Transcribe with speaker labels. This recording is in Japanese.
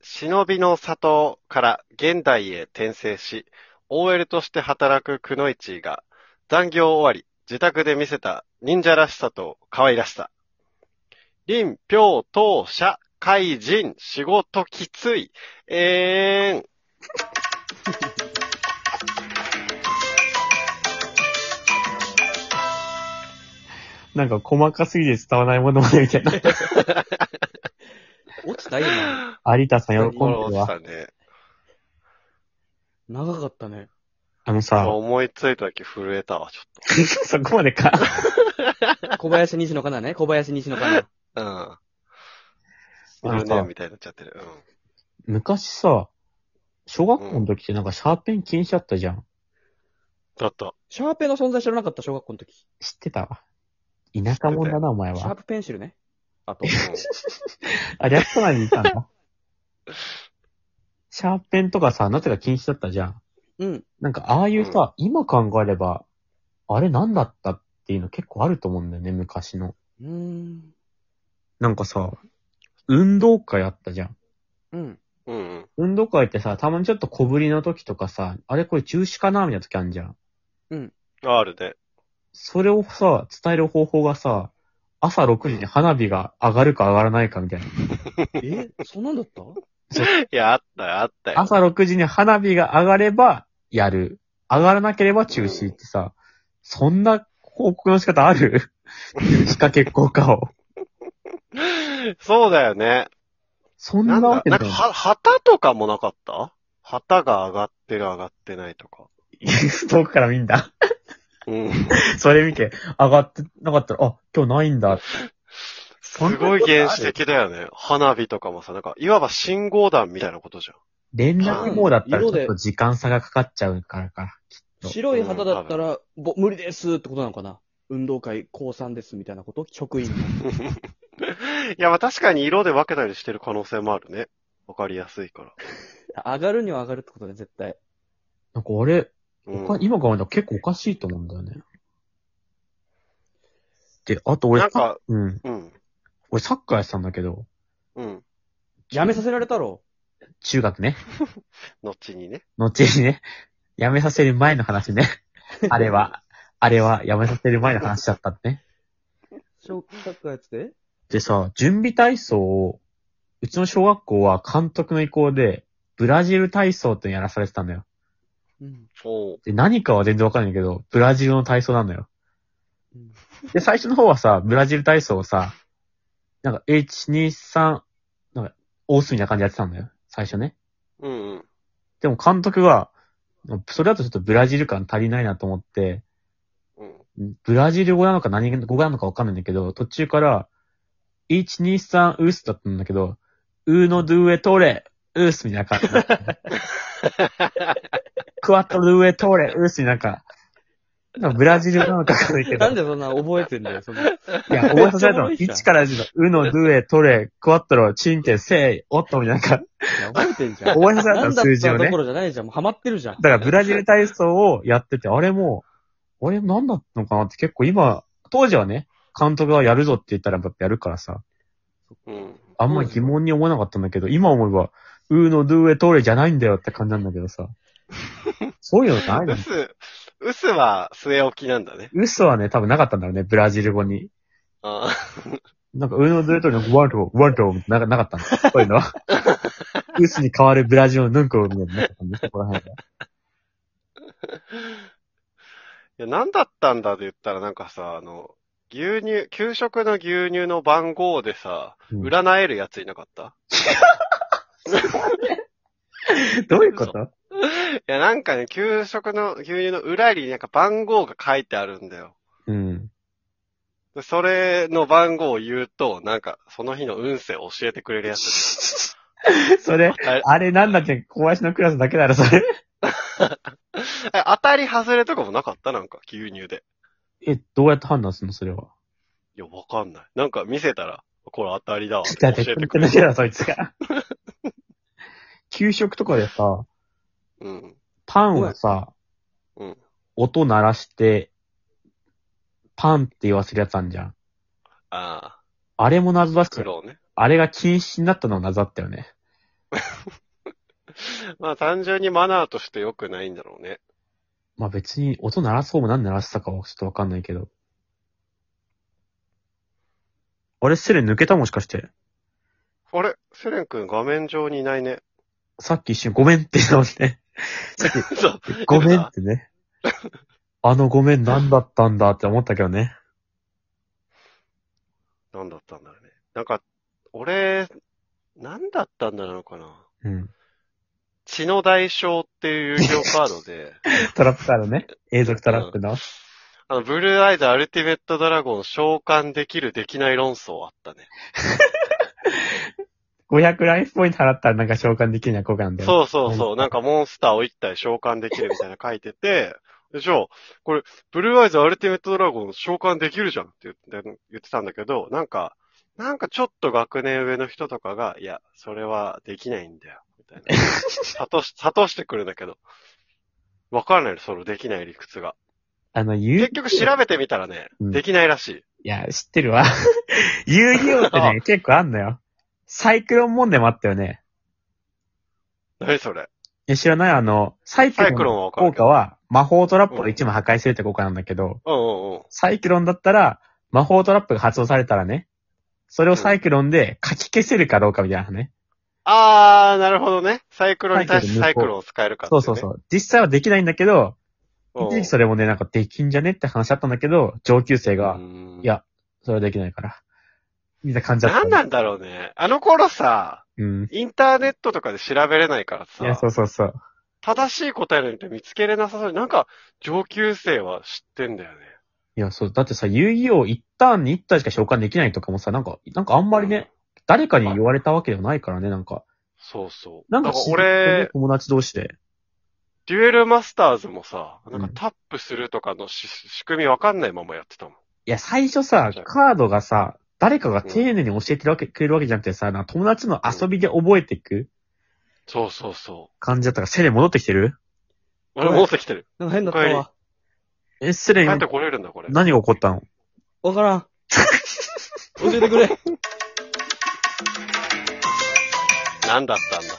Speaker 1: 忍びの里から現代へ転生し、OL として働くくノイチーが、残業終わり、自宅で見せた忍者らしさと可愛らしさ。林、票、当、社、会人、仕事きつい、えーん。
Speaker 2: なんか細かすぎて伝わらないものまでみたいな。
Speaker 3: 落ちた今。
Speaker 2: 有田さん喜んで
Speaker 1: こ
Speaker 2: る
Speaker 1: のおじ
Speaker 2: わ。
Speaker 1: さんね。
Speaker 3: 長かったね。
Speaker 2: あのさ、
Speaker 1: 思いついた時震えたわ、ちょっ
Speaker 2: そこまでか。
Speaker 3: 小林西野かなね。小林西野かな。
Speaker 1: と。うん。
Speaker 2: あ
Speaker 1: い
Speaker 2: の
Speaker 1: るね、
Speaker 2: さ
Speaker 1: みたいになっちゃってる。うん。
Speaker 2: 昔さ、小学校の時ってなんかシャーペン禁止だったじゃん。
Speaker 1: だった。
Speaker 3: シャーペンの存在知らなかった、小学校の時。
Speaker 2: 知ってたわ。田舎者だな、お前
Speaker 3: シャー
Speaker 2: は。
Speaker 3: プペンシルね。あと。
Speaker 2: あ、略さないでいたんだ。シャーペンとかさ、なぜか禁止だったじゃん。
Speaker 3: うん。
Speaker 2: なんか、ああいうさ、今考えれば、あれ何だったっていうの結構あると思うんだよね、昔の。
Speaker 3: うーん。
Speaker 2: なんかさ、運動会あったじゃん。
Speaker 3: うん。
Speaker 1: うん。うん。
Speaker 2: 運動会ってさ、たまにちょっと小ぶりの時とかさ、あれこれ中止かなみたいな時あるじゃん。
Speaker 1: あるね。
Speaker 2: それをさ、伝える方法がさ、朝6時に花火が上がるか上がらないかみたいな。
Speaker 3: えそんなん だった
Speaker 1: いや、あったよ、あったよ。
Speaker 2: 朝6時に花火が上がればやる。上がらなければ中止ってさ、そんな報告の仕方あ る中止か結構かを。
Speaker 1: そうだよね。
Speaker 2: そん
Speaker 1: な
Speaker 2: なんわ
Speaker 1: だ、
Speaker 2: け
Speaker 1: な
Speaker 2: なんい
Speaker 1: か、。は、旗とかもなかった旗が上がってる、上がってないとか。
Speaker 2: 遠くから見んだ。
Speaker 1: うん。
Speaker 2: それ見て、上がってなかったら、あ、今日ないんだ。
Speaker 1: すごい原始的だよね。花火とかもさ、なんか、いわば信号弾みたいなことじゃん。
Speaker 2: 連絡網だったらち
Speaker 3: 色
Speaker 2: ょ
Speaker 3: で
Speaker 2: っと時間差がかかっちゃうからか。
Speaker 3: 白い旗だったら、ぼ、無理ですってことなのかな運動会、高3ですみたいなこと職員の。
Speaker 1: いや、まあ確かに色で分けたりしてる可能性もあるね。わかりやすいから。
Speaker 3: 上がるには上がるってことね、絶対。
Speaker 2: なんか俺、
Speaker 1: うん
Speaker 2: おか今考えたら結構おかしいと思うんだよね。で、あと俺、
Speaker 1: なんか、
Speaker 2: うん。
Speaker 1: うん。
Speaker 2: 俺サッカーやってたんだけど、
Speaker 1: うん。
Speaker 3: やめさせられたろ。
Speaker 2: 中学ね。
Speaker 1: 後にね。
Speaker 2: 後にね、 やめさせる前の話 ね。あれは、あれはやめさせる前の話だったね。
Speaker 3: 小学校やつで
Speaker 2: でさ、準備体操を、うちの小学校は監督の意向で、ブラジル体操ってのやらされてたんだよ。
Speaker 3: うん。
Speaker 1: おう。
Speaker 2: で、何かは全然わかんないけど、ブラジルの体操なのよ
Speaker 3: うん。
Speaker 2: で、最初の方はさ、ブラジル体操をさ、なんか、1、2、3、なんか、大隅な感じでやってたんだよ。最初ね。
Speaker 1: うんうん。
Speaker 2: でも監督は、それだとちょっとブラジル感足りないなと思って、
Speaker 1: うん。
Speaker 2: ブラジル語なのか何語なのかわかんないんだけど、途中から、1、2、3、ウースだったんだけど、ウーノドゥエトレ、ウースみたいな感じになった。クワットルエトレ、ウースになんか、なんかブラジルなのかわかんないけど
Speaker 3: な。んでそんな覚えてんだよ、その。
Speaker 2: いや、覚えさせられたの。
Speaker 3: めっちゃおもろいじゃん
Speaker 2: 1から10の、うの、ドゥエ、トレ、クワットロ、チンテ、セイ、オットみたいな、なんか、
Speaker 3: いや覚えてん じゃん。
Speaker 2: 覚えさせられた
Speaker 3: なん
Speaker 2: の、
Speaker 3: だっ
Speaker 2: 数字
Speaker 3: た
Speaker 2: を
Speaker 3: らど
Speaker 2: ね
Speaker 3: こ。ろじゃないじゃん。もうハマってるじゃん。
Speaker 2: だから、ブラジル体操をやってて、あれも、あれ何だったのかなって結構今、当時はね、監督がやるぞって言ったらやっぱやるからさ、
Speaker 1: うん。
Speaker 2: あんま疑問に思わなかったんだけど、今思えば、うーの、ドゥエ、トレじゃないんだよって感じなんだけどさ。そういうのないの
Speaker 1: うす、うすは据え置きなんだね。
Speaker 2: 嘘はね、多分なかったんだろうね、ブラジル語に。
Speaker 1: あ
Speaker 2: なんか、ウーノドゥエトリのワント、ワント、なかなかったんだ。そういうのは。ウスに変わるブラジルのヌンコみたいな。なんかねそこら辺が
Speaker 1: いや、なんだったんだで言ったらなんかさ、あの、牛乳、給食の牛乳の番号でさ、
Speaker 2: うん
Speaker 1: 占えるやついなかった、
Speaker 2: どういうこと
Speaker 1: いや、なんかね、給食の牛乳の裏になんか番号が書いてあるんだよ。
Speaker 2: うん。
Speaker 1: でそれの番号を言うと、なんか、その日の運勢を教えてくれるやつ。
Speaker 2: それ、
Speaker 1: あれ、
Speaker 2: あれなんだって、小林のクラスだけならそれ。
Speaker 1: え当たり外れとかもなかったなんか、牛乳で。
Speaker 2: え、どうやって判断するのそれは。
Speaker 1: いや、わかんない。なんか見せたら、これ当たりだわ。教
Speaker 2: だ
Speaker 1: え
Speaker 2: って、
Speaker 1: て
Speaker 2: 食っ
Speaker 1: く
Speaker 2: て
Speaker 1: れ
Speaker 2: だ
Speaker 1: る。
Speaker 2: けだ、そいつが。給食とかでさ、
Speaker 1: うん。
Speaker 2: パンをさ、
Speaker 1: うん。
Speaker 2: 音鳴らして、パンって言わせるやつあんじゃん。
Speaker 1: ああ、
Speaker 2: あれも謎だし、
Speaker 1: 苦労ね。
Speaker 2: あれが禁止になったのも謎だったよね。
Speaker 1: まあ単純にマナーとして良くないんだろうね。
Speaker 2: まあ別に音鳴らそうも何鳴らしたかはちょっとわかんないけど。あれ、セレン抜けたもしかして。
Speaker 1: あれセレン君画面上にいないね。
Speaker 2: さっき一瞬ごめんって言ったもんね。さっき
Speaker 1: そう。
Speaker 2: ごめんってね。あのごめん何だったんだって思ったけどね。
Speaker 1: 何だったんだろうね。なんか、俺、何だったんだろうかな。
Speaker 2: うん。
Speaker 1: 血の代償っていう有料カードで、
Speaker 2: トラップからね。永続トラップの。
Speaker 1: あの、ブルーアイズアルティメットドラゴン召喚できるできない論争あったね。
Speaker 2: 500ライフポイント払ったらなんか召喚できるような効果なんだよ。
Speaker 1: そうそうそう。なんかモンスターを1体召喚できるみたいな書いてて、でじゃあ、これ、ブルーアイズアルティメットドラゴン召喚できるじゃんって言って言ってたんだけど、なんか、なんかちょっと学年上の人とかが、いや、それはできないんだよ、み たいな。諭し、諭してくるんだけど。わからないの、そのできない理屈が。
Speaker 2: あの、遊
Speaker 1: 結局調べてみたらね、
Speaker 2: うん
Speaker 1: できないらしい。
Speaker 2: いや、知ってるわ。 遊戯王ってね、結構あんのよ。サイクロンもんでもあったよね。
Speaker 1: 何それ
Speaker 2: いや、知らないあの、サイク
Speaker 1: サイク
Speaker 2: ロ
Speaker 1: ロ
Speaker 2: ン
Speaker 1: ンはわ
Speaker 2: の
Speaker 1: かる
Speaker 2: 効
Speaker 1: けど
Speaker 2: 果は、魔法トラップを1枚破壊するって効果なんだけど、
Speaker 1: うんうんうん。
Speaker 2: サイクロンだったら、魔法トラップが発動されたらね、それをサイクロンで書き消せるかどうかみたいなね。
Speaker 1: あー、なるほどね。サイクロンに対してサ
Speaker 2: サイ
Speaker 1: イ
Speaker 2: ク
Speaker 1: ク
Speaker 2: ロン
Speaker 1: ロンを使えるから、
Speaker 2: そうそうそう。実際はできないんだけど、
Speaker 1: うんうん。
Speaker 2: 一時期それもね、なんかできんじゃねって話あったんだけど、上級生が
Speaker 1: う、ん
Speaker 2: いやそれはできないから。みんな感じだった。
Speaker 1: 何なんだろうね。あの頃さ、
Speaker 2: うん。
Speaker 1: インターネットとかで調べれないから
Speaker 2: いや、そ
Speaker 1: さ、
Speaker 2: うそうそう。
Speaker 1: 正しい答えなんて見つけれなさそうになんか、上級生は知ってんだよね。
Speaker 2: いや、そう、だってさ、遊戯王一旦に一体しか召喚できないとかもさ、なんか、なんかあんまりね、誰かに言われたわけではないからね、なんか。
Speaker 1: そうそう。
Speaker 2: なん
Speaker 1: だ
Speaker 2: か
Speaker 1: から、俺、
Speaker 2: 友達同士で。
Speaker 1: デュエルマスターズもさ、なん
Speaker 2: う
Speaker 1: か
Speaker 2: ん
Speaker 1: タップするとかのし仕組みわかんないままやってたもん。
Speaker 2: いや、最初さ
Speaker 1: そう、
Speaker 2: カードがさ、誰かが丁寧に教えてるわけ、くれるわけじゃなくてさ、なんか友達の遊びで覚えていく
Speaker 1: そうそうそ
Speaker 2: 感じだったから、セレン戻ってきてる
Speaker 1: う。俺戻ってきてる。
Speaker 3: なんか変だったわ。
Speaker 2: え、セレ
Speaker 1: 帰っ
Speaker 2: ン
Speaker 1: て、これるんだ、これ。
Speaker 2: 何が起こったの
Speaker 3: わからん。教えてくれ。
Speaker 1: 何だったんだ